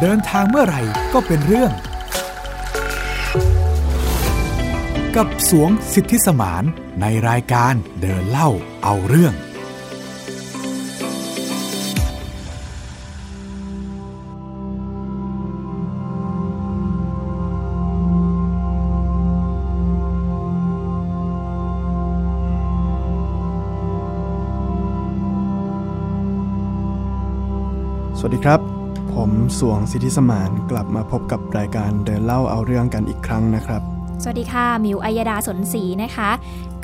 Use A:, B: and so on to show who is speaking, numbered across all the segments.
A: เดินทางเมื่อไหร่ก็เป็นเรื่อง กับสวงสิทธิสมานในรายการเดินเล่าเอาเรื่อง
B: สวัสดีครับ ผมสวงสิทธิสมานกลับมาพบกับรายการเดินเล่าเอาเรื่องกันอีกครั้งนะครับ
C: สวัสดีค่ะ มิวอัยดาสนศรีนะคะ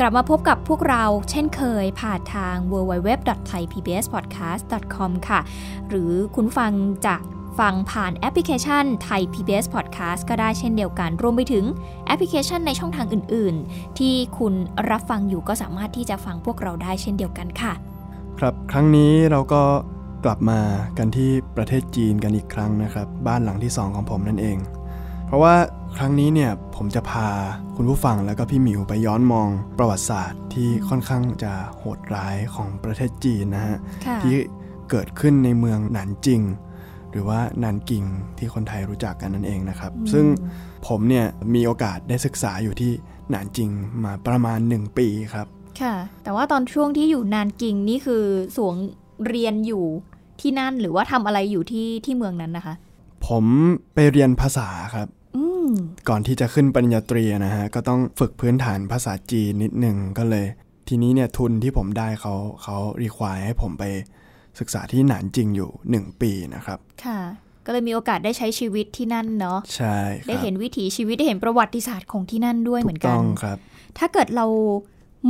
C: กลับมาพบกับพวกเราเช่นเคยผ่านทาง www.thaipbspodcast.com ค่ะ หรือคุณฟังจะฟังผ่านแอปพลิเคชัน Thai PBS Podcast ก็ได้เช่นเดียวกัน รวมไปถึงแอปพลิเคชันในช่องทางอื่น ๆ ที่คุณรับฟังอยู่ก็สามารถที่จะฟังพวกเราได้เช่นเดียวกันค่ะ
B: ครับ ครั้งนี้เราก็กลับมากันที่ประเทศจีนกันอีกครั้งนะครับ บ้านหลังที่สองของผมนั่นเอง เพราะว่าครั้งนี้เนี่ยผมจะพาคุณผู้ฟังแล้วก็พี่หมิวไปย้อนมองประวัติศาสตร์ที่ค่อนข้างจะโหดร้ายของประเทศจีนนะฮะ
C: ค่ะ
B: ที่เกิดขึ้นในเมืองหนานจิง หรือว่าหนานกิงที่คนไทยรู้จักกันนั่นเองนะครับ ซึ่งผมเนี่ยมีโอกาสได้ศึกษาอยู่ที่หนานจิงมาประมาณ 1 ปีครับ
C: ค่ะ แต่ว่าตอนช่วงที่อยู่นานกิงนี่คือสวงเรียนอยู่ที่นั่นหรือว่าทำอะไรอยู่ที่ที่เมืองนั้นนะคะ
B: ผมไปเรียนภาษาครับ
C: อืม
B: ก่อนที่จะขึ้นปริญญาตรีนะฮะก็ต้องฝึกพื้นฐานภาษาจีนนิดหนึ่งก็เลย ทีนี้เนี่ยทุนที่ผมได้เขาเขารีควายให้ผมไปศึกษาที่หนานจิงอยูหนึ่1 ปีนะครับ
C: ค่ะ ก็เลยมีโอกาสได้ใช้ชีวิตที่นั่นเนาะ
B: ใช่ครับ
C: ได้เห็นวิถีชีวิตได้เห็นประวัติศาสตร์ของที่นั่นด้วยเห
B: ถู
C: มือก นกั
B: ต้
C: น
B: องครับ
C: ถ้าเกิดเรา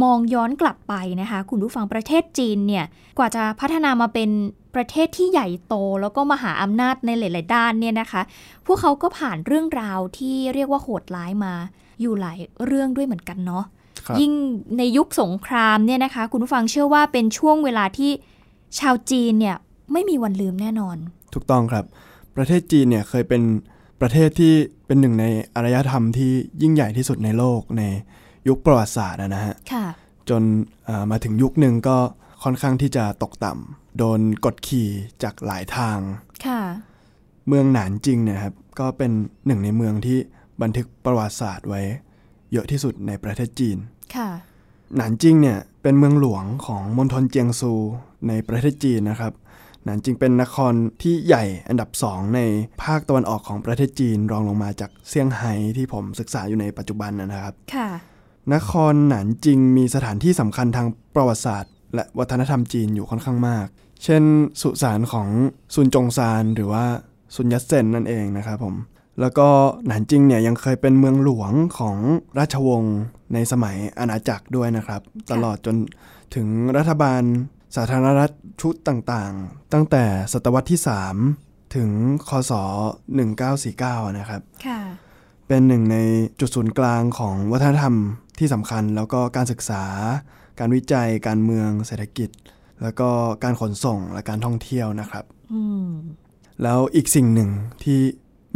C: มองย้อนกลับไปนะคะ คุณผู้ฟังประเทศจีนเนี่ย กว่าจะพัฒนามาเป็นประเทศที่ใหญ่โต แล้วก็มหาอำนาจในหลาย ๆ ด้านเนี่ยนะคะ พวกเขาก็ผ่านเรื่องราวที่เรียกว่าโหดร้ายมา อยู่หลายเรื่องด้วยเหมือนกันเนาะ
B: ครับ
C: ยิ่งในยุคสงครามเนี่ยนะคะ คุณผู้ฟังเชื่อว่าเป็นช่วงเวลาที่ชาวจีนเนี่ยไม่มีวันลืมแน่นอน
B: ถูกต้องครับ ประเทศจีนเนี่ยเคยเป็นประเทศที่เป็นหนึ่งในอารยธรรมที่ยิ่งใหญ่ที่สุดในโลกในยุคประวัติศาสตร์อะนะฮะ
C: ค่ะ
B: จนเอ่อมาถึงยุคหนึ่งก็ค่อนข้างที่จะตกต่ำโดนกดขี่จากหลายทาง
C: ค่ะ
B: เมืองหนานจิงเนี่ยครับก็เป็นหนึ่งในเมืองที่บันทึกประวัติศาสตร์ไว้ เยอะที่สุดในประเทศจีน
C: ค่ะ
B: หนานจิงเนี่ยเป็นเมืองหลวงของมณฑลเจียงซูในประเทศจีนนะครับ หนานจิงเป็นนครที่ใหญ่อันดับสองในภาคตะวันออกของประเทศจีนรองลงมาจากเซี่ยงไฮ้ที่ผมศึกษาอยู่ในปัจจุบันนะนะครับ
C: ค่ะ
B: นครหนานจิงมีสถานที่สำคัญทางประวัติศาสตร์ และวัฒนธรรมจีนอยู่ค่อนข้างมาก เช่น สุสานของซุนจงซานหรือว่าซุนยัตเซนนั่นเองนะครับผม แล้วก็หนานจิงเนี่ยยังเคยเป็นเมืองหลวงของราชวงศ์ในสมัยอาณาจักรด้วยนะครับ ตลอดจนถึงรัฐบาลสาธารณรัฐชุดต่างๆ ตั้งแต่ศตวรรษที่ 3 ถึงคศ 1949 นะครับ
C: ค่ะ
B: เป็นหนึ่งในจุดศูนย์กลางของวัฒนธรรมที่สำคัญ แล้วก็การศึกษา การวิจัย การเมืองเศรษฐกิจ แล้วก็การขนส่งและการท่องเที่ยวนะครับ
C: อืม
B: แล้วอีกสิ่งหนึ่งที่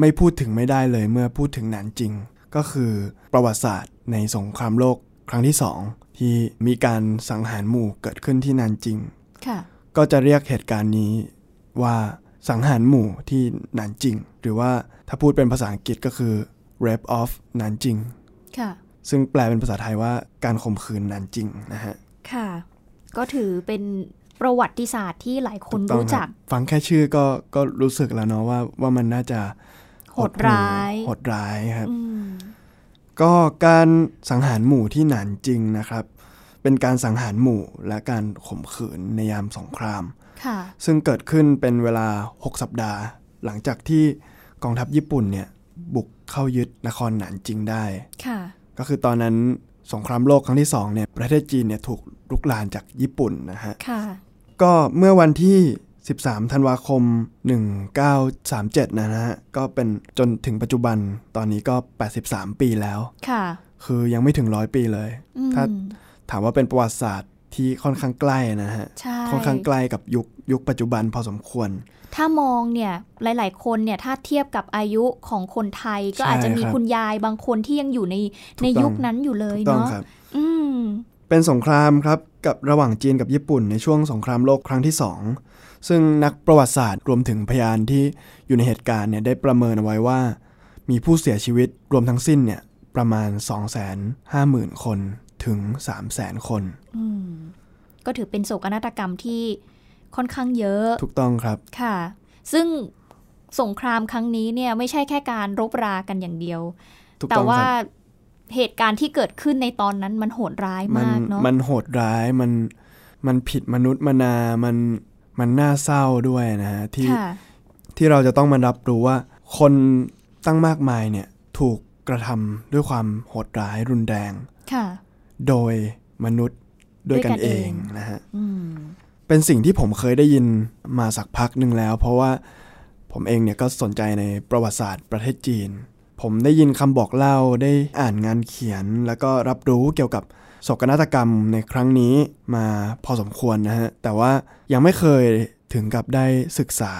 B: ไม่พูดถึงไม่ได้เลยเมื่อพูดถึงหนานจริง ก็คือประวัติศาสตร์ในสงครามโลกครั้งที่สองที่มีการสังหารหมู่เกิดขึ้นที่หนานจริง
C: ค่ะ
B: ก็จะเรียกเหตุการณ์นี้ว่าสังหารหมู่ที่หนานจิง หรือว่าถ้าพูดเป็นภาษาอังกฤษก็คือ rape of หนานจิง
C: ค่ะ
B: ซึ่งแปลเป็นภาษาไทยว่าการข่มขืนหนานจิงนะฮะ
C: ค่ะ ก็ถือเป็นประวัติศาสตร์ที่หลายคน
B: ถูต้อง
C: รู้จัก
B: คบฟังแค่ชื่อก็ก็รู้สึกแล้วเนาะว่าว่ามันน่าจะ
C: โหดร้าย
B: โหดร้ายครับ
C: อืม
B: ก็การสังหารหมู่ที่หนานจิงนะครับ เป็นการสังหารหมู่และการข่มขืนในยามสงคราม
C: ค่ะ
B: ซึ่งเกิดขึ้นเป็นเวลา 6 สัปดาห์ หลังจากที่กองทัพญี่ปุ่นเนี่ยบุกเข้ายึดนครหนานจิงได้
C: ค่ะ
B: ก็คือตอนนั้นสงครามโลกครั้งที่2เนี่ยประเทศจีนเนี่ยถูกลุกลานจากญี่ปุ่นนะฮะ
C: ค่ะ
B: ก็เมื่อวันที่ 13 ธันวาคม 1937 นะฮะ ก็เป็นจนถึงปัจจุบันตอนนี้ก็ 83 ปีแล้ว
C: ค่ะ
B: คือยังไม่ถึงร้อยปีเลย
C: อืม
B: ถ้า ถามว่าเป็นประวัติศาสตร์ที่ค่อนข้างใกล้นะฮะ
C: ใช่
B: ค่อนข้างใกล้กับยุคยุคปัจจุบันพอสมควร
C: ถ้ามองเนี่ย หลาย ๆ คนเนี่ย ถ้าเทียบกับอายุของคนไทย ก็
B: ใช่
C: อาจจะมี
B: ครับ
C: คุณยายบางคนที่ยังอยู่ใน
B: ถูก
C: ใน
B: ต้อง
C: ยุคนั้นอยู่เลย
B: ถูกต้อง
C: เนาะ
B: ครับ
C: อืม
B: เป็นสงครามครับกับระหว่างจีนกับญี่ปุ่นในช่วงสงครามโลกครั้งที่ 2 ซึ่งนักประวัติศาสตร์รวมถึงพยานที่อยู่ในเหตุการณ์เนี่ยได้ประเมินเอาไว้ว่า มีผู้เสียชีวิตรวมทั้งสิ้นเนี่ยประมาณ 250,000 คนถึง 300,000 คน
C: อืมก็ถือเป็นโศกนาฏกรรมที่ค่อนข้างเยอะ
B: ถูกต้องครับ
C: ค่ะ ซึ่งสงครามครั้งนี้เนี่ยไม่ใช่แค่การรบรากันอย่างเดียว
B: ถูก
C: แต่
B: ต้อง
C: ว่า
B: ครับ
C: เหตุการณ์ที่เกิดขึ้นในตอนนั้นมันโหดร้าย
B: มัน
C: มากเนาะ
B: มันโหดร้ายมันมันผิดมนุษย์มนา มันมันน่าเศร้าด้วยนะฮะที่
C: ค่ะ
B: ที่เราจะต้องมารับรู้ว่าคนตั้งมากมายเนี่ยถูกกระทำด้วยความโหดร้ายรุนแรง
C: ค่ะ
B: โดยมนุษย์ด้วยกัน
C: ด้วยกัน
B: เอ
C: เอง ง
B: นะฮะ
C: อืม
B: เป็นสิ่งที่ผมเคยได้ยินมาสักพักหนึ่งแล้ว เพราะว่าผมเองเนี่ยก็สนใจในประวัติศาสตร์ประเทศจีน ผมได้ยินคำบอกเล่าได้อ่านงานเขียน แล้วก็รับรู้เกี่ยวกับโศกนาฏกรรมในครั้งนี้มาพอสมควรนะฮะแต่ว่ายังไม่เคยถึงกับได้ศึกษา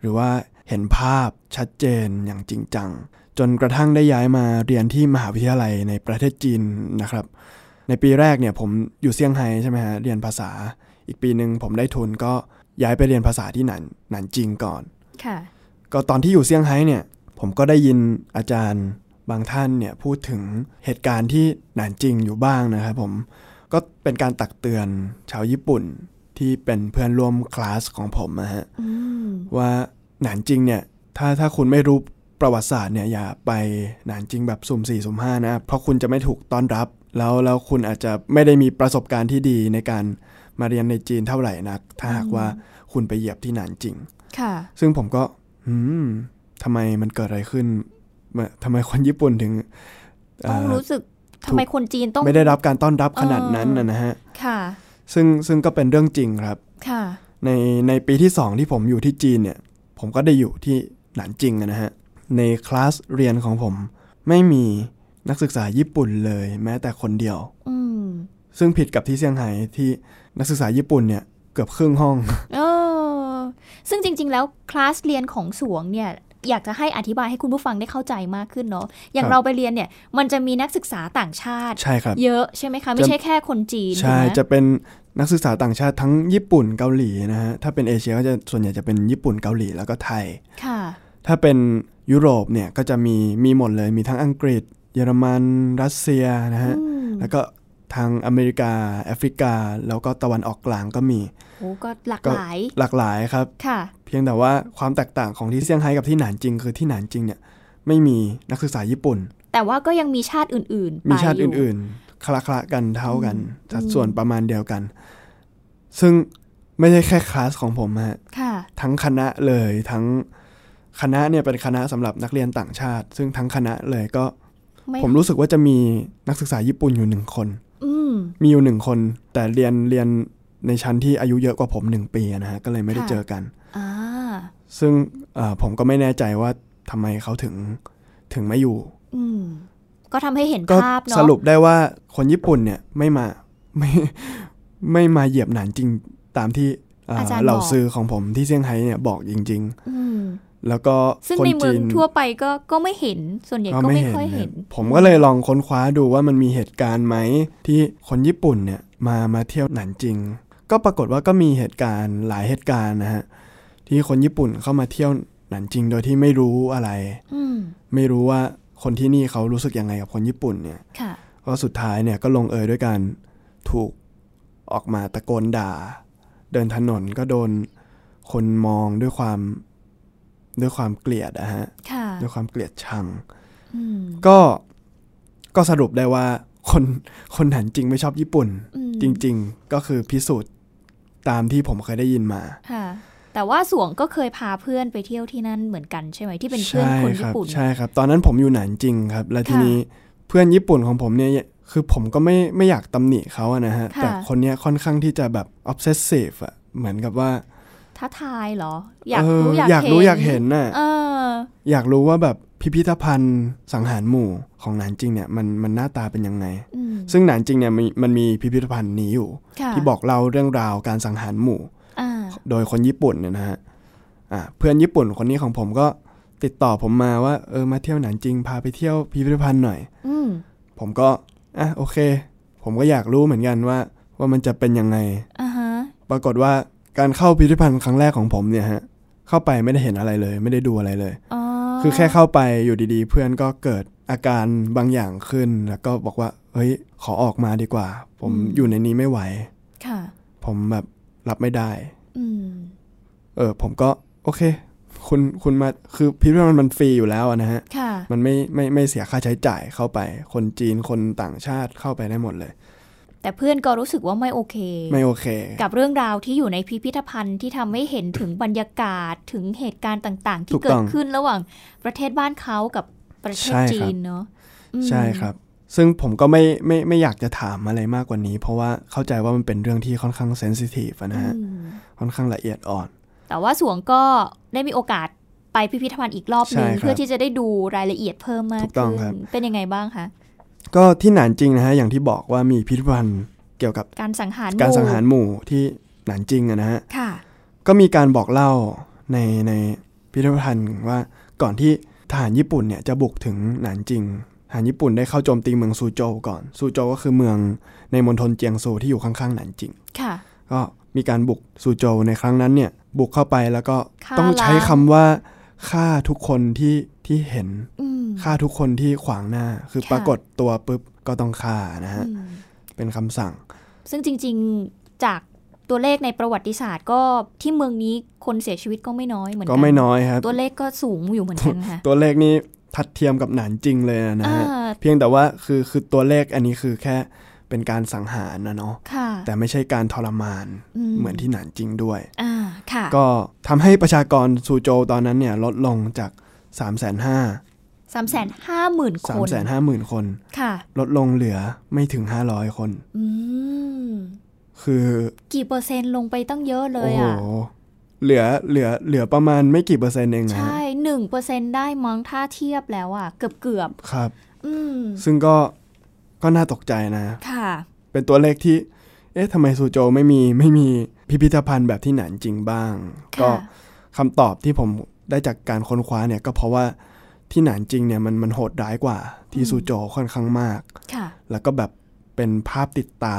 B: หรือว่าเห็นภาพชัดเจนอย่างจริงจัง จนกระทั่งได้ย้ายมาเรียนที่มหาวิทยาลัยในประเทศจีนนะครับ ในปีแรกเนี่ยผมอยู่เซี่ยงไฮ้ใช่ไหมฮะเรียนภาษา อีกปีหนึ่งผมได้ทุนก็ย้ายไปเรียนภาษาที่หนันหนันจิงก่อน
C: ค่ะ
B: ก็ตอนที่อยู่เซี่ยงไฮ้เนี่ยผมก็ได้ยินอาจารย์บางท่านเนี่ยพูดถึงเหตุการณ์ที่หนานจริงอยู่บ้างนะครับผมก็เป็นการตักเตือนชาวญี่ปุ่นที่เป็นเพื่อนร่วมคลาสของผมนะฮะ
C: อืม
B: ว่าหนานจริงเนี่ยถ้าถ้าคุณไม่รู้ประวัติศาสตร์เนี่ยอย่าไปหนานจริงแบบสุ่มสี่สุ่มห้านะเพราะคุณจะไม่ถูกต้อนรับ แล้วแล้วคุณอาจจะไม่ได้มีประสบการณ์ที่ดีในการมาเรียนในจีนเท่าไหร่นัก ถ้าหากว่าคุณไปเหยียบที่หนานจริง
C: ค่ะ
B: ซึ่งผมก็ อืมทำไมมันเกิดอะไรขึ้นมะทำไมคนญี่ปุ่นถึงเอ่
C: ต้
B: อ
C: องรู้สึก
B: ถูก
C: ทำไมคนจีนต้อง
B: ไม่ได้รับการต้อนรับขนาดนั้น
C: เออ
B: นะนะฮะ
C: ค่ะ
B: ซึ่งซึ่งก็เป็นเรื่องจริงครับ
C: ค่ะ
B: ในในปีที่ 2 ที่ผมอยู่ที่จีนเนี่ย ผมก็ได้อยู่ที่หนานจริงอะนะฮะ ในคลาสเรียนของผม ไม่มีนักศึกษาญี่ปุ่นเลยแม้แต่คนเดียว
C: อืม
B: ซึ่งผิดกับที่เซี่ยงไฮ้ที่นักศึกษาญี่ปุ่นเนี่ยเกือบครึ่งห้อง
C: เออซึ่งจริง ๆ แล้วคลาสเรียนของสวงเนี่ย อยากจะให้อธิบายให้คุณผู้ฟังได้เข้าใจมากขึ้นเนาะ อย่า
B: ค
C: ง
B: รับ
C: เราไปเรียนเนี่ย มันจะมีนักศึกษาต่างชาติ
B: ใช่ครับ
C: เยอะใช่ไหมคะ ไม่ใช่แค่คนจีน
B: ใช่
C: ถูกไหม
B: จะเป็นนักศึกษาต่างชาติทั้งญี่ปุ่นเกาหลีนะฮะ ถ้าเป็นเอเชียก็จะส่วนใหญ่จะเป็นญี่ปุ่นเกาหลีแล้วก็ไทย
C: ค่ะ
B: ถ้าเป็นยุโรปเนี่ยก็จะมีมีหมดเลยมีทั้งอังกฤษ เยอรมันรัสเซียนะฮะ
C: อืม
B: แล้วก็ทางอเมริกา แอฟริกา แล้วก็ตะวันออกกลางก็มี
C: โอ้ก็หลาก
B: ก็
C: หลาย
B: หลากหลายครับ
C: ค่ะ
B: เพียงแต่ว่าความแตกต่างของที่เซี่ยงไฮ้กับที่หนานจริง คือที่หนานจริงเนี่ยไม่มีนักศึกษาญี่ปุ่น
C: แต่ว่าก็ยังมีชาติอื่นๆ
B: มีชาติ
C: ไปยู่
B: อื่นๆ คละคละกันเท่ากัน
C: อืม
B: สัดส่วนประมาณเดียวกัน ซึ่งไม่ใช่แค่คลาสของผมฮะ
C: ค่ะ
B: ทั้งคณะเลยทั้งคณะเนี่ยเป็นคณะสำหรับนักเรียนต่างชาติ ซึ่งทั้งคณะเลยก็
C: ไม่
B: ผมรู้สึกว่าจะมีนักศึกษาญี่ปุ่นอยู่หนึ่งคน
C: อืม
B: มีอยู่หนึ่งคน แต่เรียนเรียนในชั้นที่อายุเยอะกว่าผมหนึ่งปีนะฮะก็เลยไม่ได้
C: ค่ะ
B: เจอกัน
C: อ่า
B: ซึ่งเอ่อผมก็ไม่แน่ใจว่าทำไมเขาถึงถึงไม่อยู่
C: อืม ก็ทำให้เห็น
B: ก็
C: ภาพเนาะ
B: สรุปได้ว่าคนญี่ปุ่นเนี่ยไม่มาไม่ไม่มาเหยียบหนานจริงตามที่เอ่ออา
C: จารย์บอก
B: เหล่าซื้อของผมที่เซี่ยงไฮ้เนี่ยบอกจริง
C: อืม
B: ๆ แล้วก็
C: ซึ่ง
B: คน
C: ในเมื
B: จี
C: อง
B: น
C: ทั่วไปก็ก็ไม่เห็นส่วนใหญ่
B: ก็
C: ก็
B: ไม่
C: ไม่
B: เห็น
C: ค่อยเห็น
B: นะผมก็เลยลองค้นคว้าดูว่ามันมีเหตุการณ์ไหมที่คนญี่ปุ่นเนี่ยมามาเที่ยวหนานจริง ก็ปรากฏว่าก็มีเหตุการณ์หลายเหตุการณ์นะฮะที่คนญี่ปุ่นเข้ามาเที่ยวหนานจริงโดยที่ไม่รู้อะไร
C: อืม
B: ไม่รู้ว่าคนที่นี่เขารู้สึกยังไงกับคนญี่ปุ่นเนี่ย
C: ค่ะ
B: ก็สุดท้ายเนี่ยก็ลงเอยด้วยการถูกออกมาตะโกนด่า เดินถนนก็โดนคนมองด้วยความด้วยความเกลียดอะฮะ
C: ค่ะ
B: ด้วยความเกลียดชัง
C: อืม
B: ก็ก็สรุปได้ว่าคน คนหันจริงไม่ชอบญี่ปุ่น
C: อืม
B: จริง ๆก็คือพิสูจน์ตามที่ผมเคยได้ยินมา
C: ค่ะ แต่ว่าสวงก็เคยพาเพื่อนไปเที่ยวที่นั่นเหมือนกันใช่ไหมที่เป็นเพื่อน
B: ใช่
C: คน
B: ค
C: ญี่
B: รับ
C: ปุ่น
B: ใช่ครับ ตอนนั้นผมอยู่หนานจริงครับ และที
C: ค่ะ
B: นี้เพื่อนญี่ปุ่นของผมเนี่ยคือผมก็ไม่ไม่อยากตำหนิเขาอะนะฮะ
C: ค่ะ
B: แต่คนเนี้ยค่อนข้างที่จะแบบ obsessive อะเหมือนกับว่า
C: ท้าทายเหรอ อยาก
B: เ
C: รู้
B: อยากรู้อยากเห็นน่ะ
C: เออ
B: อยากรู้ว่าแบบพิพิธภัณฑ์สังหารหมู่ของหนานจริงเนี่ยมันมันหน้าตาเป็นยังไง
C: อืม
B: ซึ่งหนานจริงเนี่ยมีมันมีพิพิธภัณฑ์นี้อยู่
C: ค่ะ
B: ที่บอกเล่าเรื่องราวการสังหารหมู่
C: อ่า
B: โดยคนญี่ปุ่นเนี่ยนะฮะอ่ะเพื่อนญี่ปุ่นคนนี้ของผมก็ติดต่อผมมาว่าเออมาเที่ยวหนานจริงพาไปเที่ยวพิพิธภัณฑ์หน่อย
C: อืม
B: ผมก็อ่ะโอเค ผ ผมก็อยากรู้เหมือนกันว่า ว่ามันจะเป็นยังไง
C: อ่าฮะ
B: ปรากฏว่าการเข้าพิพิธภัณฑ์ครั้งแรกของผมเนี่ยฮะเข้าไปไม่ได้เห็นอะไรเลย ไม่ได้ดูอะไรเลย
C: อ๋อ
B: คือแค่เข้าไปอยู่ดีๆ เพื่อนก็เกิดอาการบางอย่างขึ้น แล้วก็บอกว่าเฮ้ยขอออกมาดีกว่า ผมอยู่ในนี้ไม่ไหว
C: ค่ะ
B: ผมแบบรับไม่ได้
C: อืม
B: เออผมก็โอเค คุณคุณมาคือพิพิธภัณฑ์มันฟรีอยู่แล้วอะนะฮะ
C: ค่ะ
B: มันไม่ไม่ไม่เสียค่าใช้จ่ายเข้าไป คนจีนคนต่างชาติเข้าไปได้หมดเลย
C: แต่เพื่อนก็รู้สึกว่าไม่โอเค
B: ไม่โอเค
C: กับเรื่องราวที่อยู่ในพิพิธภัณฑ์ที่ทำให้เห็นถึงบรรยากาศถึงเหตุการณ์ต่างๆ
B: ถู
C: ที่
B: ก
C: เกิ
B: ต้
C: ด
B: อง
C: ขึ้นระหว่างประเทศบ้านเขากับประเทศ
B: ใช่ครับ
C: จีนเนาะอืม
B: ใช่ครับ ซึ่งผมก็ไม่ไม่ไม่อยากจะถามอะไรมากกว่านี้ เพราะว่าเข้าใจว่ามันเป็นเรื่องที่ค่อนข้างเซนซิทีฟนะฮะ
C: อืม
B: ค่อนข้างละเอียดอ่อน
C: แต่ว่าสวงก็ได้มีโอกาสไปพิพิธภัณฑ์อีกรอบหนึ่ง
B: ใช่ครับ
C: เพื่อที่จะได้ดูรายละเอียดเพิ่มมาก
B: ถูกต้อง
C: ขึ้น
B: ครับ
C: เป็นยังไงบ้างคะ
B: ก็ที่หนานจริงนะฮะ อย่างที่บอกว่ามีพิพิธภัณฑ์เกี่ยวกับ
C: การสังหาร
B: การสังหาร
C: หมู่
B: หมู่ที่หนานจริงอะนะฮะ
C: ค่ะ
B: ก็มีการบอกเล่าในในพิพิธภัณฑ์ว่าก่อนที่ทหารญี่ปุ่นเนี่ยจะบุกถึงหนานจิงทหารญี่ปุ่นได้เข้าโจมตีเมืองซูโจวก่อนซูโจวก็คือเมืองในมณฑลเจียงซูที่อยู่ข้างๆหนานจิง
C: ค่ะ
B: ก็มีการบุกซูโจวในครั้งนั้นเนี่ยบุกเข้าไปแล้วก็
C: ฆ่า
B: ต้องใช้
C: ล้าง
B: คำว่าฆ่าทุกคนที่ที่เห็น
C: อืม
B: ฆ่าทุกคนที่ขวางหน้า คือ
C: ค่ะ
B: ปรากฏตัวปุ๊บก็ต้องฆ่านะฮะ
C: อืม
B: เป็นคำสั่ง
C: ซึ่งจริงๆจากตัวเลขในประวัติศาสตร์ก็ที่เมืองนี้คนเสียชีวิตก็ไม่น้อยเหมือนกั
B: ก็ไม่น้อยครับ
C: ตัวเลขก็สูงอยู่เหมือนกันค่ะ
B: ตัวเลขนี้ทัดเทียมกับหนานจริงเลยนะฮะ
C: อ่า
B: เพียงแต่ว่าคือคือตัวเลขอันนี้คือแค่เป็นการสังหารนะเนาะ
C: ค่ะ
B: แต่ไม่ใช่การทรมาน
C: ม
B: เหมือนที่หนานจริงด้วย
C: อ่าค่ะ
B: ก็ทำให้ประชากรซูโจวตอนนั้นเนี่ยลดลงจาก 3 5 0 0 0
C: สามแสนห้าหมื่นคน
B: 0 3 5 0 0 0 คน
C: ค่ะ
B: ลดลงเหลือไม่ถึง 500 คน
C: อืม
B: คือ
C: กี่เปอร์เซ็นต์ลงไปตั้งเยอะเล
B: โอ้
C: ย
B: โห
C: อ่ะ
B: เหลือเหลือเหลือประมาณไม่กี่เปอร์เซ็นต์เองนะ
C: ใช่หนึ่งเปอร์เซ็นต์ได้มั้งถ้าเทียบแล้วอ่ะ เกือบเกือบ
B: ครับ
C: ๆอืม
B: ซึ่งก็ก็น่าตกใจนะ
C: ค่ะ
B: เป็นตัวเลขที่ เอ๊ะทำไมซูโจวไม่มีไม่มีพิพิธภัณฑ์แบบที่หนานจริงบ้าง ก็
C: ค่ะ
B: คำตอบที่ผมได้จากการค้นคว้าเนี่ยก็เพราะว่าที่หนานจริงเนี่ยมันมันโหดร้ายกว่าที่ซูโจวค่อนข้างมาก
C: ค่ะ
B: แล้วก็แบบเป็นภาพติดตา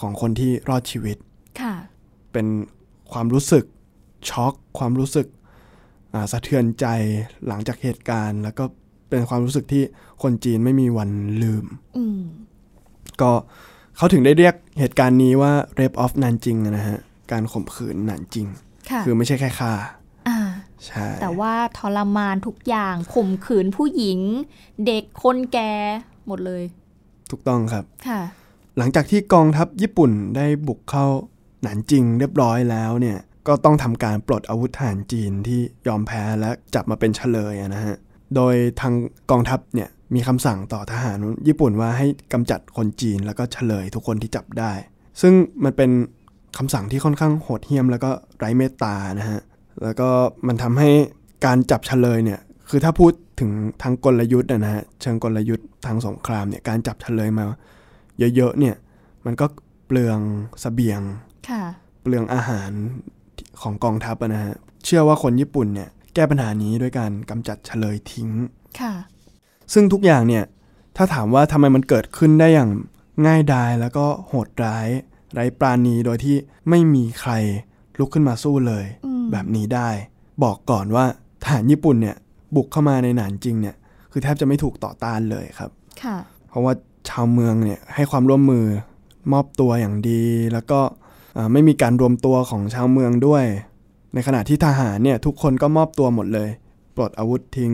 B: ของคนที่รอดชีวิต
C: ค่ะ
B: เป็นความรู้สึกช็อกความรู้สึกอ่าสะเทือนใจหลังจากเหตุการณ์ แล้วก็เป็นความรู้สึกที่คนจีนไม่มีวันลืม
C: อืม
B: ก็เขาถึงได้เรียกเหตุการณ์นี้ว่า rape of นานจิงนะฮะ การข่มขืนนานจิง
C: ค่ะ
B: คือไม่ใช่แค่ฆ่า
C: อ่า
B: ใช่
C: แต่ว่าทรมานทุกอย่างข่มขืนผู้หญิง เด็กคนแก่หมดเลย
B: ถูกต้องครับ
C: ค่ะ
B: หลังจากที่กองทัพญี่ปุ่นได้บุกเข้าหนานจิงเรียบร้อยแล้วเนี่ย ก็ต้องทำการปลดอาวุธทหารจีนที่ยอมแพ้และจับมาเป็นเฉลยอะนะฮะ โดยทางกองทัพเนี่ยมีคำสั่งต่อทหารญี่ปุ่นว่าให้กำจัดคนจีนแล้วก็เฉลยทุกคนที่จับได้ ซึ่งมันเป็นคำสั่งที่ค่อนข้างโหดเหี้ยมแล้วก็ไร้เมตตานะฮะ แล้วก็มันทำให้การจับเฉลยเนี่ย คือถ้าพูดถึงทางกลยุทธ์อะนะฮะ เชิงกลยุทธ์ทางสงครามเนี่ย การจับเฉลยมา เยอะๆเนี่ย มันก็เปลืองเสบียง
C: ค่ะ
B: เปลืองอาหารของกองทัพอะนะฮะ เชื่อว่าคนญี่ปุ่นเนี่ยแก้ปัญหานี้ด้วยการกำจัดเฉลยทิ้ง
C: ค่ะ
B: ซึ่งทุกอย่างเนี่ย ถ้าถามว่าทำไมมันเกิดขึ้นได้อย่างง่ายดายแล้วก็โหดร้าย ไร้ปราณีโดยที่ไม่มีใครลุกขึ้นมาสู้เลย
C: อืม
B: แบบนี้ได้ บอกก่อนว่าทหารญี่ปุ่นเนี่ยบุกเข้ามาในหนานจริงเนี่ย คือแทบจะไม่ถูกต่อต้านเลยครับ
C: ค่ะ
B: เพราะว่าชาวเมืองเนี่ยให้ความร่วมมือมอบตัวอย่างดี แล้วก็เอ่อไม่มีการรวมตัวของชาวเมืองด้วย ในขณะที่ทหารเนี่ยทุกคนก็มอบตัวหมดเลย ปลดอาวุธทิ้ง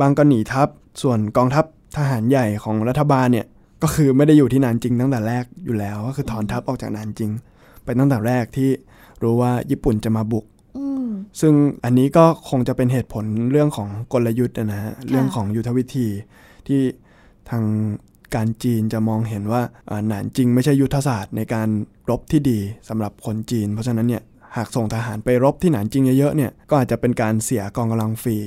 B: บางก็หนีทัพ ส่วนกองทัพทหารใหญ่ของรัฐบาลเนี่ยก็คือไม่ได้อยู่ที่นานจริงตั้งแต่แรกอยู่แล้ว ก็คือถอนทัพออกจากนานจริง ไปตั้งแต่แรกที่รู้ว่าญี่ปุ่นจะมาบุก
C: อืม
B: ซึ่งอันนี้ก็คงจะเป็นเหตุผลเรื่องของกลยุทธ์นะฮะเรื่องของยุทธวิธีที่ทางการจีนจะมองเห็นว่าเอ่อหนานจริงไม่ใช่ยุทธศาสตร์ในการรบที่ดีสำหรับคนจีน เพราะฉะนั้นเนี่ยหากส่งทหารไปรบที่หนานจริงเยอะๆเนี่ยก็อาจจะเป็นการเสียกองกำลังฟรี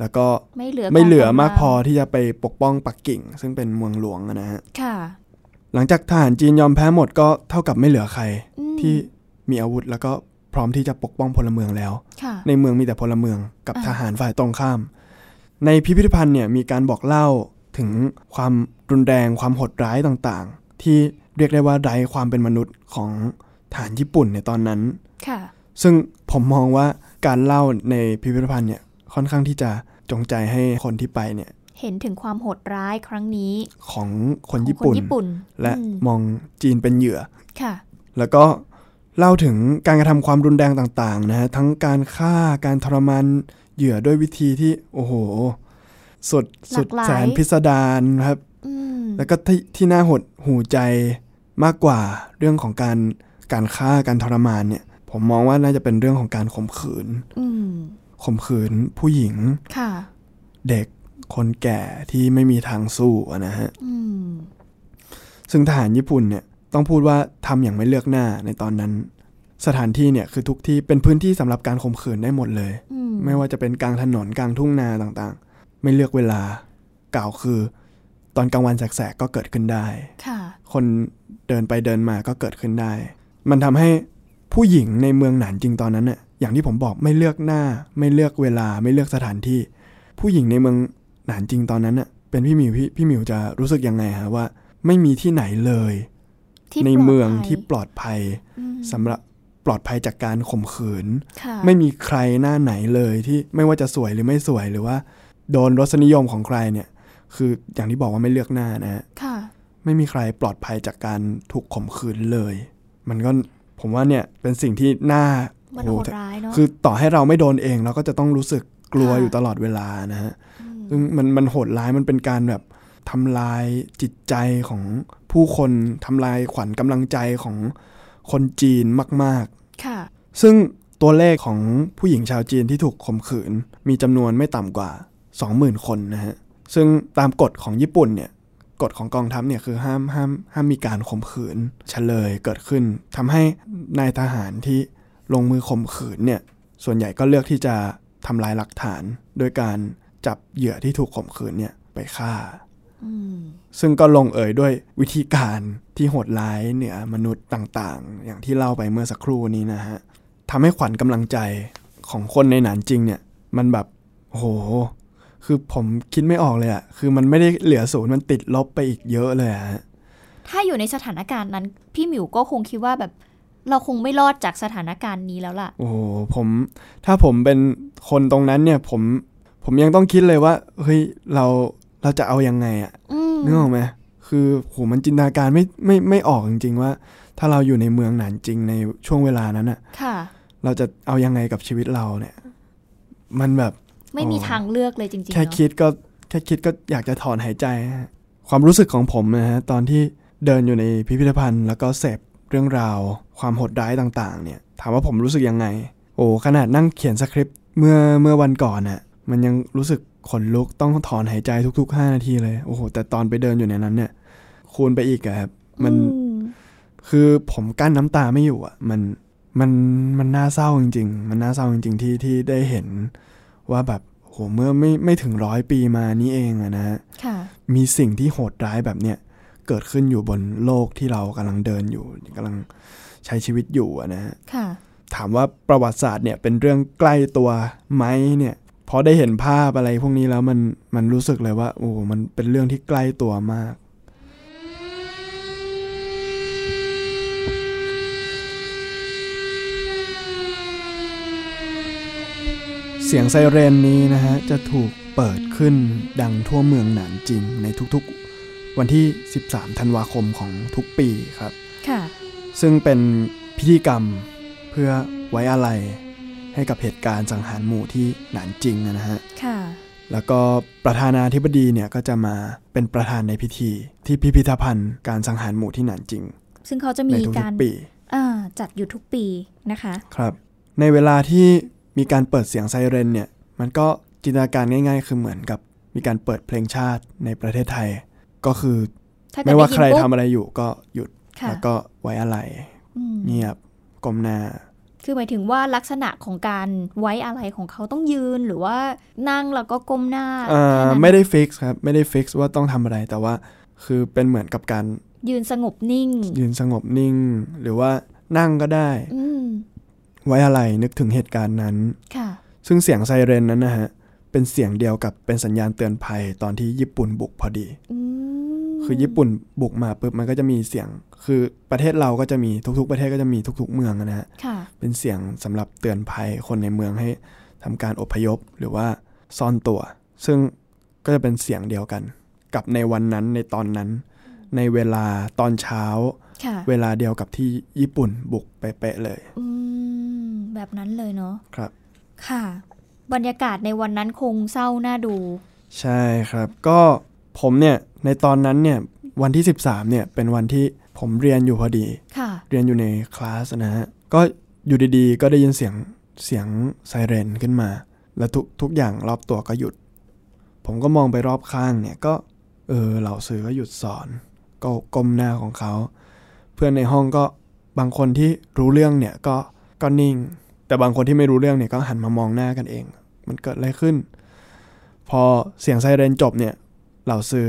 B: แล้วก็
C: ไม่เหลือ
B: ไม่เหลือก
C: งกำง
B: มากพอที่จะไปปกป้องปักกิ่ง ซึ่งเป็นเมืองหลวงนะฮะ
C: ค่ะ
B: หลังจากทหารจีนยอมแพ้หมดก็เท่ากับไม่เหลือใคร
C: อืม
B: ที่มีอาวุธแล้วก็พร้อมที่จะปกป้องพลเมืองแล้ว
C: ค่ะ
B: ในเมืองมีแต่พลเมืองกับ
C: อ่า
B: ทหารฝ่ายตรงข้าม ในพิพิธภัณฑ์เนี่ยมีการบอกเล่าถึงความรุนแรงความโหดร้ายต่างๆ ที่ เรียกได้ว่าไร้ความเป็นมนุษย์ของฐานญี่ปุ่นในตอนนั้น
C: ค่ะ
B: ซึ่งผมมองว่าการเล่าในพิพิธภัณฑ์เนี่ยค่อนข้างที่จะจงใจให้คนที่ไปเนี่ย
C: เห็นถึงความโหดร้ายครั้งนี้
B: ของคน
C: ของ
B: ญี่
C: คน
B: ปุ่น
C: ญี่ปุ่น
B: และ
C: อืม
B: มองจีนเป็นเหยื่อ
C: ค่ะ
B: แล้วก็เล่าถึงการกระทำความรุนแรงต่างๆนะฮะทั้งการฆ่าการทรมานเหยื่อด้วยวิธีที่โอ้โห สุด
C: หลากหลา
B: สุด
C: ย
B: แสนพิสดารนะครับ
C: อืม
B: แล้วก็ที่ที่น่าหดหูใจมากกว่าเรื่องของการการฆ่าการทรมานเนี่ย ผมมองว่าน่าจะเป็นเรื่องของการข่มขืน
C: อืม
B: ข่มขืนผู้หญิง
C: ค่ะ
B: เด็กคนแก่ที่ไม่มีทางสู้อะนะฮะ
C: อืม
B: ซึ่งทหารญี่ปุ่นเนี่ยต้องพูดว่าทำอย่างไม่เลือกหน้าในตอนนั้น สถานที่เนี่ยคือทุกที่เป็นพื้นที่สำหรับการข่มขืนได้หมดเลย
C: อืม
B: ไม่ว่าจะเป็นกลางถนนกลางทุ่งนาต่างๆ ไม่เลือกเวลากล่าวคือ ตอนกลางวันแสกๆก็เกิดขึ้นได้
C: ค่ะ
B: คนเดินไปเดินมาก็เกิดขึ้นได้ มันทำให้ผู้หญิงในเมืองหนานจริงตอนนั้นน่ะอย่างที่ผมบอกไม่เลือกหน้า ไม่เลือกเวลาไม่เลือกสถานที่ ผู้หญิงในเมืองหนานจริงตอนนั้นน่ะเป็นพี่หมิวพี่พี่หมิวจะรู้สึกยังไงฮะว่า ไม่มีที่ไหนเลย
C: ที่
B: ในเมืองที่
C: ป
B: ปลอดภัย
C: อืม
B: สำหรับปลอดภัยจากการข่มขืน
C: ค่ะ
B: ไม่มีใครหน้าไหนเลยที่ไม่ว่าจะสวยหรือไม่สวยหรือว่า โดนรสนิยมของใครเนี่ย คืออย่างที่บอกว่าไม่เลือกหน้านะฮะ
C: ค่ะ
B: ไม่มีใครปลอดภัยจากการถูกข่มขืนเลย มันก็ผมว่าเนี่ยเป็นสิ่งที่น่า
C: มัน
B: โอ้
C: โห
B: โห
C: ดร้ายเนาะ
B: คือต่อให้เราไม่โดนเองเราก็จะต้องรู้สึกกลัว
C: ค่ะ
B: อยู่ตลอดเวลานะฮะ
C: ม
B: ซึ่งมันมันโหดร้ายมันเป็นการแบบทำลายจิตใจของผู้คนทำลายขวัญกำลังใจของคนจีนมาก
C: ค่ะ
B: ๆ ซึ่งตัวเลขของผู้หญิงชาวจีนที่ถูกข่มขืน มีจำนวนไม่ต่ำกว่า 20,000 คนนะฮะ ซึ่งตามกฎของญี่ปุ่นเนี่ย กฎของกองทัพเนี่ยคือห้ามห้ามห้ามมีการข่มขืนเฉลยเกิดขึ้นทำให้นายทหารที่ลงมือข่มขืนเนี่ยส่วนใหญ่ก็เลือกที่จะทำลายหลักฐาน โดยการจับเหยื่อที่ถูกข่มขืนเนี่ยไปฆ่า
C: อืม
B: ซึ่งก็ลงเอยด้วยวิธีการที่โหดร้ายเหนือมนุษย์ต่างๆ อย่างที่เล่าไปเมื่อสักครู่นี้นะฮะทำให้ขวัญกำลังใจของคนในหนานจริงเนี่ย มันแบบโอ้โห คือผมคิดไม่ออกเลยอะคือมันไม่ได้เหลือศูนย์มันติดลบไปอีกเยอะเลยอะฮะ
C: ถ้าอยู่ในสถานการณ์นั้น พี่หมิวก็คงคิดว่าแบบ เราคงไม่รอดจากสถานการณ์นี้แล้วล่ะ
B: โอ้โหผมถ้าผมเป็นคนตรงนั้นเนี่ยผมผมยังต้องคิดเลยว่าเฮ้ยเราเราจะเอายังไงอะ
C: อืม
B: นึกออกไหมคือโหมันจินตนาการไม่ไม่ไม่ออกจริง ๆ ว่า ถ้าเราอยู่ในเมืองหนานจริงในช่วงเวลานั้นอะ
C: ค่ะ
B: เราจะเอายังไงกับชีวิตเราเนี่ย มันแบบ
C: ไม่มี
B: อ๋อ
C: ทางเลือกเลยจริงๆ
B: แค่
C: เนาะ
B: คิดก็แค่คิดก็อยากจะถอนหายใจฮะความรู้สึกของผมนะฮะตอนที่เดินอยู่ในพิพิธภัณฑ์ แล้วก็เสพเรื่องราว ความโหดร้ายต่างๆ เนี่ย ถามว่าผมรู้สึกยังไง โอ้ขนาดนั่งเขียนสคริปต์เมื่อเมื่อวันก่อนน่ะมันยังรู้สึกขนลุกต้องถอนหายใจทุกๆ 5 นาทีเลยโอ้โหแต่ตอนไปเดินอยู่ในนั้นเนี่ย คูณไปอีกอะครับมัน
C: อืม
B: คือผมกั้นน้ำตาไม่อยู่อ่ะ มันมันมันน่าเศร้าจริง ๆ มันน่าเศร้าจริง ๆ ที่ที่ได้เห็นว่าแบบโหเมื่อไม่ไม่ถึงร้อยปีมานี้เองอะนะฮะ
C: ค่ะ
B: มีสิ่งที่โหดร้ายแบบเนี้ยเกิดขึ้นอยู่บนโลกที่เรากำลังเดินอยู่กำลังใช้ชีวิตอยู่อะนะฮะ
C: ค่ะ
B: ถามว่าประวัติศาสตร์เนี่ยเป็นเรื่องใกล้ตัวไหมเนี่ยพอได้เห็นภาพอะไรพวกนี้แล้วมันมันรู้สึกเลยว่า โอ้โหมันเป็นเรื่องที่ใกล้ตัวมาก เสียงไซเรนนี้นะฮะ จะถูกเปิดขึ้นดังทั่วเมืองหนานจริง ในทุกๆ วันที่ 13 ธันวาคมของทุกปีครับ
C: ค่ะ
B: ซึ่งเป็นพิธีกรรมเพื่อไว้อาลัยให้กับเหตุการณ์สังหารหมู่ที่หนานจริงนะฮะ
C: ค่ะ
B: แล้วก็ประธานาธิบดีเนี่ยก็จะมาเป็นประธานในพิธี ที่พิพิธภัณฑ์การสังหารหมู่ที่หนานจริง
C: ซึ่งเขาจะ
B: ใน
C: มี
B: ทุ
C: การ
B: กๆปี
C: อ่าจัดอยู่ทุกปีนะคะ
B: ครับในเวลาที่มีการเปิดเสียงไซเรนเนี่ยมันก็จินตนาการง่าย ๆ คือเหมือนกับมีการเปิดเพลงชาติในประเทศไทย ก็คือ
C: ถ้าเกิด
B: ไม่ว่า
C: ด้ยิน
B: ใครทำ
C: ปุ๊บ
B: อะไรอยู่ก็หยุด
C: ค่ะ
B: แล้วก็ไว้อะไร
C: อืม
B: เงียบก้มหน้า
C: คือหมายถึงว่าลักษณะของการไว้อะไรของเขาต้องยืนหรือว่านั่งแล้วก็ก้มหน้า
B: เอ่
C: แค่
B: อ
C: นั้น
B: ไม่ได้ฟิกซ์ครับ ไม่ได้ฟิกซ์ว่าต้องทำอะไรแต่ว่าคือเป็นเหมือนกับการ
C: ยืนสงบนิ่ง
B: ยืนสงบนิ่ง หรือว่านั่งก็ได้
C: อืม
B: ไว้อะไรนึกถึงเหตุการณ์นั้น
C: ค่ะ
B: ซึ่งเสียงไซเรนนั้นนะฮะเป็นเสียงเดียวกับเป็นสัญญาณเตือนภัยตอนที่ญี่ปุ่นบุกพอดี
C: อืม
B: คือญี่ปุ่นบุกมาปุ๊บมันก็จะมีเสียง คือประเทศเราก็จะมีทุกๆ ประเทศก็จะมีทุก ๆ เมืองนะฮะ
C: ค่ะ
B: เป็นเสียงสำหรับเตือนภัยคนในเมืองให้ทำการอพยพหรือว่าซ่อนตัว ซึ่งก็จะเป็นเสียงเดียวกัน กับในวันนั้นในตอนนั้น ในเวลาตอนเช้า
C: ค่ะ
B: เวลาเดียวกับที่ญี่ปุ่นบุกไปเป๊ะๆเลย
C: อืมแบบนั้นเลยเนาะ
B: ครับ
C: ค่ะ บรรยากาศในวันนั้นคงเศร้าน่าดู
B: ใช่ครับ ก็ผมเนี่ยในตอนนั้นเนี่ยวันที่ 13เนี่ยเป็นวันที่ผมเรียนอยู่พอดี
C: ค่ะ
B: เรียนอยู่ในคลาสนะฮะ ก็อยู่ดีๆ ก็ได้ยินเสียงเสียงไซเรนขึ้นมา และทุกทุกอย่างรอบตัวก็หยุด ผมก็มองไปรอบข้างเนี่ยก็เออเหล่าสื่อก็หยุดสอน ก็ก้มหน้าของเขา เพื่อนในห้องก็บางคนที่รู้เรื่องเนี่ยก็ก็นิ่ง แต่บางคนที่ไม่รู้เรื่องเนี่ยก็หันมามองหน้ากันเอง มันเกิดอะไรขึ้น พอเสียงไซเรนจบเนี่ยเหล่าสื่อ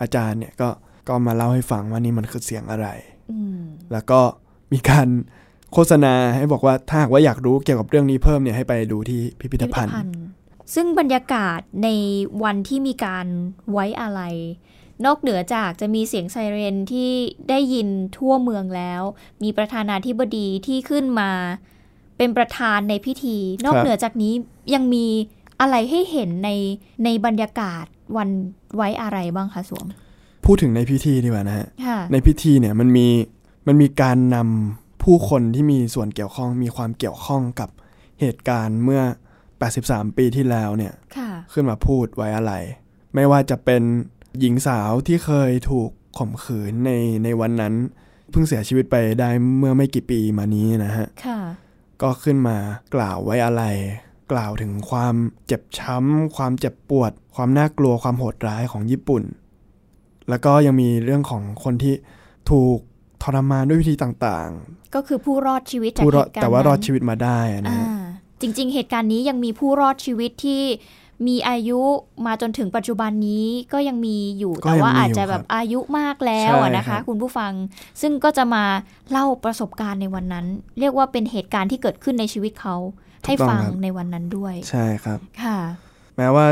B: อาจารย์เนี่ยก็ก็มาเล่าให้ฟังว่านี่มันคือเสียงอะไร
C: อืม
B: แล้วก็มีการโฆษณาให้บอกว่าถ้าหากว่าอยากรู้เกี่ยวกับเรื่องนี้เพิ่มเนี่ยให้ไปดูที่พิพิธภัณฑ์
C: ซึ่งบรรยากาศในวันที่มีการไว้อะไร นอกเหนือจากจะมีเสียงไซเรนที่ได้ยินทั่วเมืองแล้ว มีประธานาธิบดีที่ขึ้นมา เป็นประธานในพิธี นอก
B: ครับ
C: เหนือจากนี้ยังมีอะไรให้เห็นในในบรรยากาศวันไว้อะไรบ้างคะสวม
B: พูดถึงในพิธีดีกว่านะฮะ
C: ค่ะ
B: ในพิธีเนี่ยมันมีมันมีการนำผู้คนที่มีส่วนเกี่ยวข้องมีความเกี่ยวข้องกับเหตุการณ์เมื่อ 83 ปีที่แล้วเนี่ย
C: ค่ะ
B: ขึ้นมาพูดไว้อะไร ไม่ว่าจะเป็นหญิงสาวที่เคยถูกข่มขืนในในวันนั้น เพิ่งเสียชีวิตไปได้เมื่อไม่กี่ปีมานี้นะฮะ
C: ค่ะ
B: ก็ขึ้นมากล่าวไว้อะไร กล่าวถึงความเจ็บช้ำ ความเจ็บปวด ความน่ากลัวความโหดร้ายของญี่ปุ่น แล้วก็ยังมีเรื่องของคนที่ถูกทรมานด้วยวิธีต่าง
C: ก็คือผู้รอดชีวิต
B: ๆ
C: จาก
B: ผู้ร
C: เห
B: อด
C: ตุการณ์นั้น
B: แต่ว่ารอดชีวิตมาได้นะฮะ
C: อ่าจริงๆ เหตุการณ์นี้ยังมีผู้รอดชีวิตที่มีอายุมาจนถึงปัจจุบันนี้ก็ยังมีอยู่ แต่ว่าอาจจะแบบอายุมากแล้วอะนะคะ คุณผู้ฟังซึ่งก็จะมาเล่าประสบการณ์ในวันนั้น เรียกว่าเป็นเหตุการณ์ที่เกิดขึ้นในชีวิตเขาให้ฟังในวันนั้นด้วย
B: ใช่ครับ
C: ค่ะ
B: แม้ว่า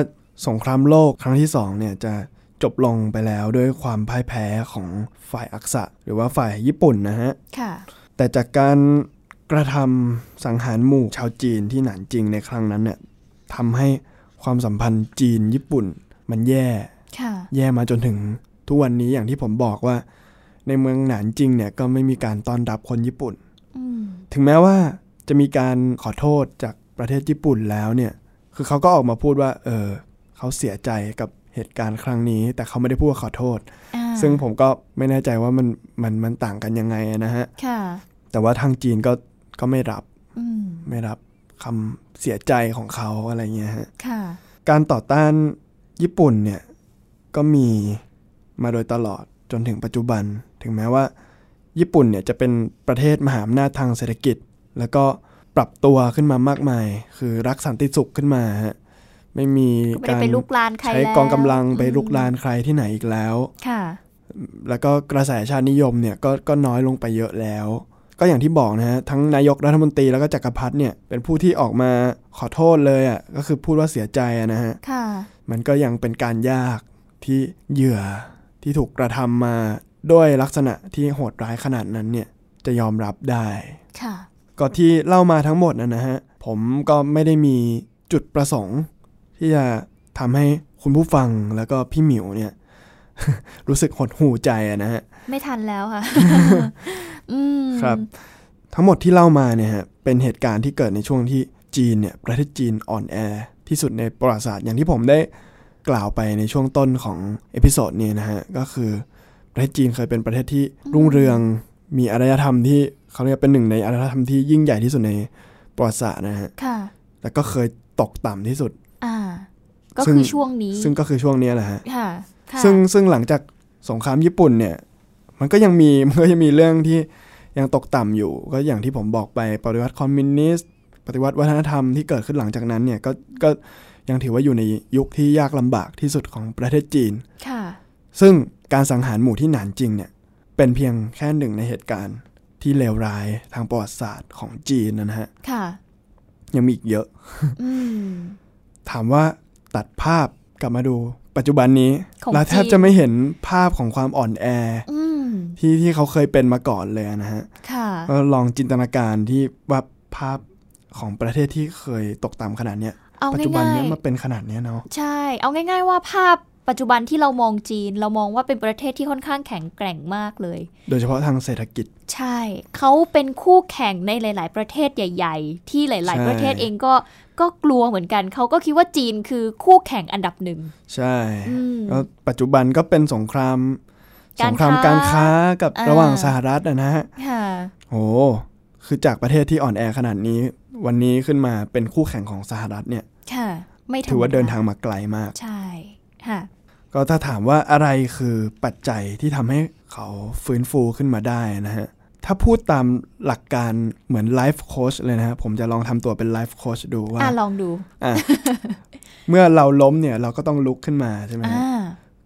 B: สงครามโลกครั้งที่สองเนี่ยจะจบลงไปแล้วด้วยความพ่ายแพ้ของฝ่ายอักษะ หรือว่าฝ่ายญี่ปุ่นนะฮะ
C: ค่ะ
B: แต่จากการกระทำสังหารหมู่ชาวจีนที่หนานจริงในครั้งนั้นเนี่ยทำให้ความสัมพันธ์จีนญี่ปุ่น มันแย่
C: ค่ะ
B: แย่มาจนถึงทุกวันนี้อย่างที่ผมบอกว่า ในเมืองหนานจริงเนี่ยก็ไม่มีการต้อนรับคนญี่ปุ่น
C: อืม
B: ถึงแม้ว่าจะมีการขอโทษจากประเทศญี่ปุ่นแล้วเนี่ย คือเขาก็ออกมาพูดว่า เออเขาเสียใจกับเหตุการณ์ครั้งนี้ แต่เขาไม่ได้พูดว่าขอโทษ
C: อ่า
B: ซึ่งผมก็ไม่แน่ใจว่ามันมันมันต่างกันยังไงนะฮะ
C: ค่ะ
B: แต่ว่าทางจีนก็ก็ไม่รับ
C: อืม
B: ไม่รับคำเสียใจของเขาอะไรเงี้ยฮะ
C: ค่ะ
B: การต่อต้านญี่ปุ่นเนี่ยก็มีมาโดยตลอดจนถึงปัจจุบัน ถึงแม้ว่า ญี่ปุ่นเนี่ยจะเป็นประเทศมหาอำนาจทางเศรษฐกิจ แล้วก็ปรับตัวขึ้นมามากมาย คือรักสันติสุขขึ้นมาฮะไม่มี
C: ก็ไม่ได้
B: การ
C: ไปลุกรานใคร
B: ใช้
C: แล้ว
B: กองกำลังไป
C: อืม
B: ลุกรานใครที่ไหนอีกแล้ว
C: ค่ะ
B: แล้วก็กระแสชาตินิยมเนี่ยก็ก็น้อยลงไปเยอะแล้ว ก็อย่างที่บอกนะฮะทั้งนายกรัฐมนตรีแล้วก็จักรพรรดิเนี่ยเป็นผู้ที่ออกมาขอโทษเลยอะ่ะก็คือพูดว่าเสียใจอะนะฮะ
C: ค่ะ
B: มันก็ยังเป็นการยากที่เหยื่อที่ถูกกระทำมาด้วยลักษณะที่โหดร้ายขนาดนั้นเนี่ยจะยอมรับได้
C: ค่ะ
B: ก็ที่เล่ามาทั้งหมดนะนะฮะ ผมก็ไม่ได้มีจุดประสงค์ ที่จะทำให้คุณผู้ฟังแล้วก็พี่หมิวเนี่ย รู้สึกหดหูใจอะนะฮะ
C: ไม่ทันแล้ว ค่ะ อืม
B: ครับ ทั้งหมดที่เล่ามาเนี่ยฮะเป็นเหตุการณ์ที่เกิดในช่วงที่จีนเนี่ยประเทศจีนอ่อนแอที่สุดในประวัติศาสตร์อย่างที่ผมได้กล่าวไปในช่วงต้นของเอพิโซดนี้นะฮะก็คือประเทศจีนเคยเป็นประเทศที่รุ่งเรืองมีอารยธรรมที่เขาเรียกเป็นหนึ่งในอารยธรรมที่ยิ่งใหญ่ที่สุดในประวัติศาสตร์นะฮะ
C: ค่ะ
B: แล้วก็เคยตกต่ำที่สุด
C: อ่า ก็
B: ซึ่ง
C: คือช่วงนี้
B: ซึ่งก็คือช่วงเนี้ยแหละฮะ
C: ค่ะค่ะ
B: ซึ่งซึ่งหลังจากสงครามญี่ปุ่นเนี่ย มันก็ยังมี มันก็ยังมีเรื่องที่ยังตกต่ำอยู่ ก็อย่างที่ผมบอกไปปฏิวัติคอมมิวนิสต์ปฏิวัติวัฒนธรรมที่เกิดขึ้นหลังจากนั้นเนี่ยก็ก็ยังถือว่าอยู่ในยุคที่ยากลำบากที่สุดของประเทศจีน
C: ค่ะ
B: ซึ่งการสังหารหมู่ที่หนานจริงเนี่ยเป็นเพียงแค่หนึ่งในเหตุการณ์ที่เลวร้ายทางประวัติศาสตร์ของจีนนะฮะ
C: ค่ะ
B: ยังมีอีกเยอะ
C: อืม
B: ถามว่าตัดภาพกลับมาดู ปัจจุบันนี้
C: ของ
B: เราแทบ
C: จีน
B: จะไม่เห็นภาพของความอ่อนแอ
C: อืม
B: ที่ที่เขาเคยเป็นมาก่อนเลยนะฮะ
C: ค่ะ
B: ก็ลองจินตนาการที่ว่าภาพของประเทศที่เคยตกต่ำขนาดเนี้ย
C: เอา
B: ปัจจุบั
C: ง่าย
B: เนี้ยมาเป็นขนาดเนี้ยเนาะ
C: ๆใช่ เอาง่าย ๆ ว่าภาพปัจจุบันที่เรามองจีน เรามองว่าเป็นประเทศที่ค่อนข้างแข็งแกร่งมากเลย
B: โดยเฉพาะทางเศรษฐกิจ
C: ใช่ เขาเป็นคู่แข่งในหลาย ๆ ประเทศใหญ่ ๆ ที่หลาย
B: ใช่
C: ๆ ประเทศเองก็ก็กลัวเหมือนกัน เขาก็คิดว่าจีนคือคู่แข่งอันดับหนึ่ง
B: ใช่
C: อืม
B: ก็ปัจจุบันก็เป็นสงคราม
C: กา
B: ส
C: รง
B: คราม
C: ค้า
B: การค้ากับ
C: อ่า
B: ระหว่างสหรัฐนะนะฮะ
C: ค่ะ
B: โอ้คือจากประเทศที่อ่อนแอขนาดนี้ วันนี้ขึ้นมาเป็นคู่แข่งของสหรัฐเนี่ย
C: ค่ะ ไม่
B: ถือว่า
C: ธรรม
B: เดินทางมาไกลมาก
C: ใช่ค่ะ
B: ก็ถ้าถามว่าอะไรคือปัจจัยที่ทำให้เขาฟื้นฟูขึ้นมาได้นะฮะ ถ้าพูดตามหลักการเหมือนไลฟ์โค้ชเลยนะฮะ ผมจะลองทำตัวเป็นไลฟ์โค้ชดูว่า
C: อ่ะลองดู
B: อ่ะ เมื่อเราล้มเนี่ยเราก็ต้องลุกขึ้นมาใช่ไหมฮะ
C: อ่า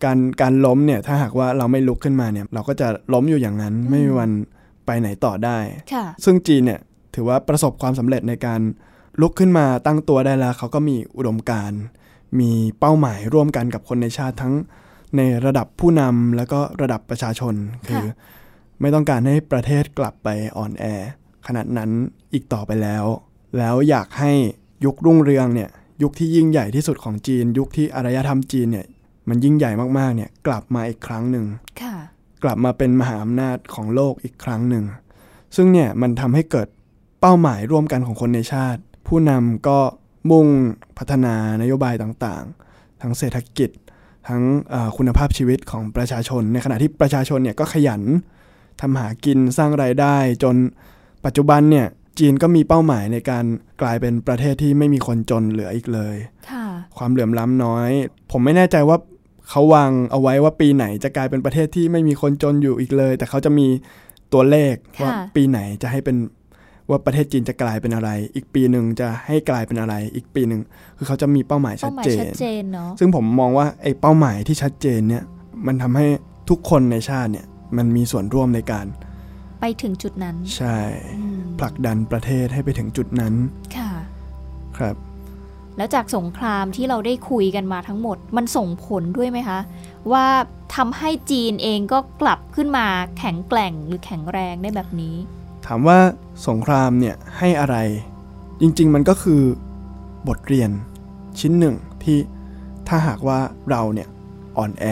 B: การการล้มเนี่ยถ้าหากว่าเราไม่ลุกขึ้นมาเนี่ย เราก็จะล้มอยู่อย่างนั้น ไม่มีวันไปไหนต่อได้
C: ค่ะ
B: ซึ่งจีนเนี่ยถือว่าประสบความสำเร็จในการลุกขึ้นมาตั้งตัวได้แล้ว เขาก็มีอุดมการณ์มีเป้าหมายร่วมกันกับคนในชาติทั้งในระดับผู้นำแล้วก็ระดับประชาชน คือ ไม่ต้องการให้ประเทศกลับไปอ่อนแอ ขนาดนั้นอีกต่อไปแล้ว แล้วอยากให้ยุครุ่งเรืองเนี่ยยุคที่ยิ่งใหญ่ที่สุดของจีน ยุคที่อารยธรรมจีนเนี่ยมันยิ่งใหญ่มากๆเนี่ยกลับมาอีกครั้งหนึ่ง
C: ค่ะ
B: กลับมาเป็นมหาอำนาจของโลกอีกครั้งหนึ่ง ซึ่งเนี่ยมันทำให้เกิดเป้าหมายร่วมกันของคนในชาติ ผู้นำก็มุ่งพัฒนานโยบายต่างๆ ทั้งเศรษฐกิจ ทั้งเอ่อคุณภาพชีวิตของประชาชน ในขณะที่ประชาชนเนี่ยก็ขยันทำหากินสร้างรายได้ จนปัจจุบันเนี่ยจีนก็มีเป้าหมายในการกลายเป็นประเทศที่ไม่มีคนจนเหลืออีกเลย
C: ค่ะ
B: ความเหลื่อมล้ำน้อย ผมไม่แน่ใจว่าเขาวางเอาไว้ว่าปีไหนจะกลายเป็นประเทศที่ไม่มีคนจนอยู่อีกเลย แต่เขาจะมีตัวเลข
C: ค่ะ
B: ว่าปีไหนจะให้เป็นว่าประเทศจีนจะกลายเป็นอะไร อีกปีหนึ่งจะให้กลายเป็นอะไร อีกปีหนึ่งคือเขาจะมีเป้าหมาย
C: เป้า
B: ชัด
C: หมาย
B: เจ
C: ชั
B: น
C: ดเจนเนาะ
B: ซึ่งผมมองว่าไอ้เป้าหมายที่ชัดเจนเนี่ยมันทำให้ทุกคนในชาติเนี่ยมันมีส่วนร่วมในการ
C: ไปถึงจุดนั้น
B: ใช่
C: อืม
B: ผลักดันประเทศให้ไปถึงจุดนั้น
C: ค่ะ
B: ครับ
C: แล้วจากสงครามที่เราได้คุยกันมาทั้งหมด มันส่งผลด้วยไหมคะ ว่าทำให้จีนเองก็กลับขึ้นมาแข็งแกร่งหรือแข็งแรงได้แบบนี้
B: ถามว่าสงครามเนี่ยให้อะไร จริงๆมันก็คือบทเรียนชิ้นหนึ่งที่ถ้าหากว่าเราเนี่ยอ่อนแอ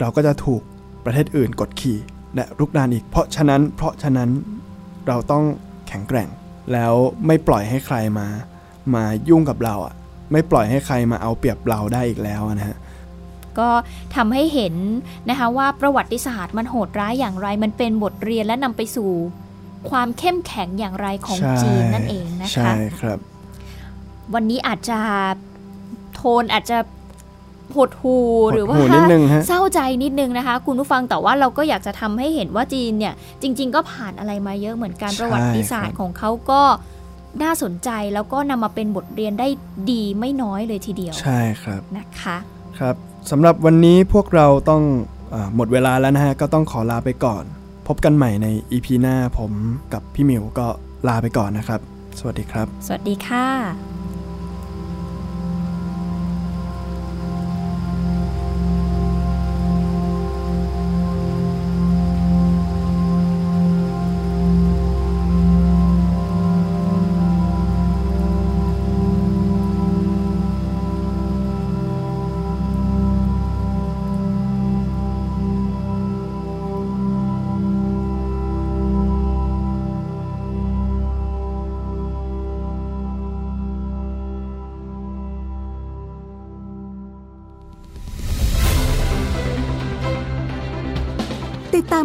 B: เราก็จะถูกประเทศอื่นกดขี่และรุกรานอีก เพราะฉะนั้นเพราะฉะนั้นเราต้องแข็งแกร่ง แล้วไม่ปล่อยให้ใครมา มายุ่งกับเราอะ่ะไม่ปล่อยให้ใครมาเอาเปรียบเราได้อีกแล้วอะนะฮะ
C: ก็ทำให้เห็นนะคะว่าประวัติศาสตร์มันโหดร้ายอย่างไร มันเป็นบทเรียนและนำไปสู่ ความเข้มแข็งอย่างไรของ
B: ใช่
C: จีนนั่นเองนะคะ
B: ใช่ครับ
C: วันนี้อาจจะโทนอาจจะหดหู
B: หดหู่
C: หรือว่า
B: นิดนึงฮะ
C: เศร้าใจนิดนึงนะคะ คุณผู้ฟังแต่ว่าเราก็อยากจะทำให้เห็นว่าจีนเนี่ย จริง ๆ ก็ผ่านอะไรมาเยอะเหมือนกันประวัติศาสตร์ของเขาก็น่าสนใจแล้วก็นำมาเป็นบทเรียนได้ดีไม่น้อยเลยทีเดียว
B: ใช่ครับ
C: นะคะ
B: ครับสำหรับวันนี้พวกเราต้องเออหมดเวลาแล้วนะฮะ ก็ต้องขอลาไปก่อน พบกันใหม่ใน EP หน้าผมกับพี่หมิวก็ลาไปก่อนนะครับ สวัสดีครับ
C: สวัสดีค่ะ
D: ติดตาม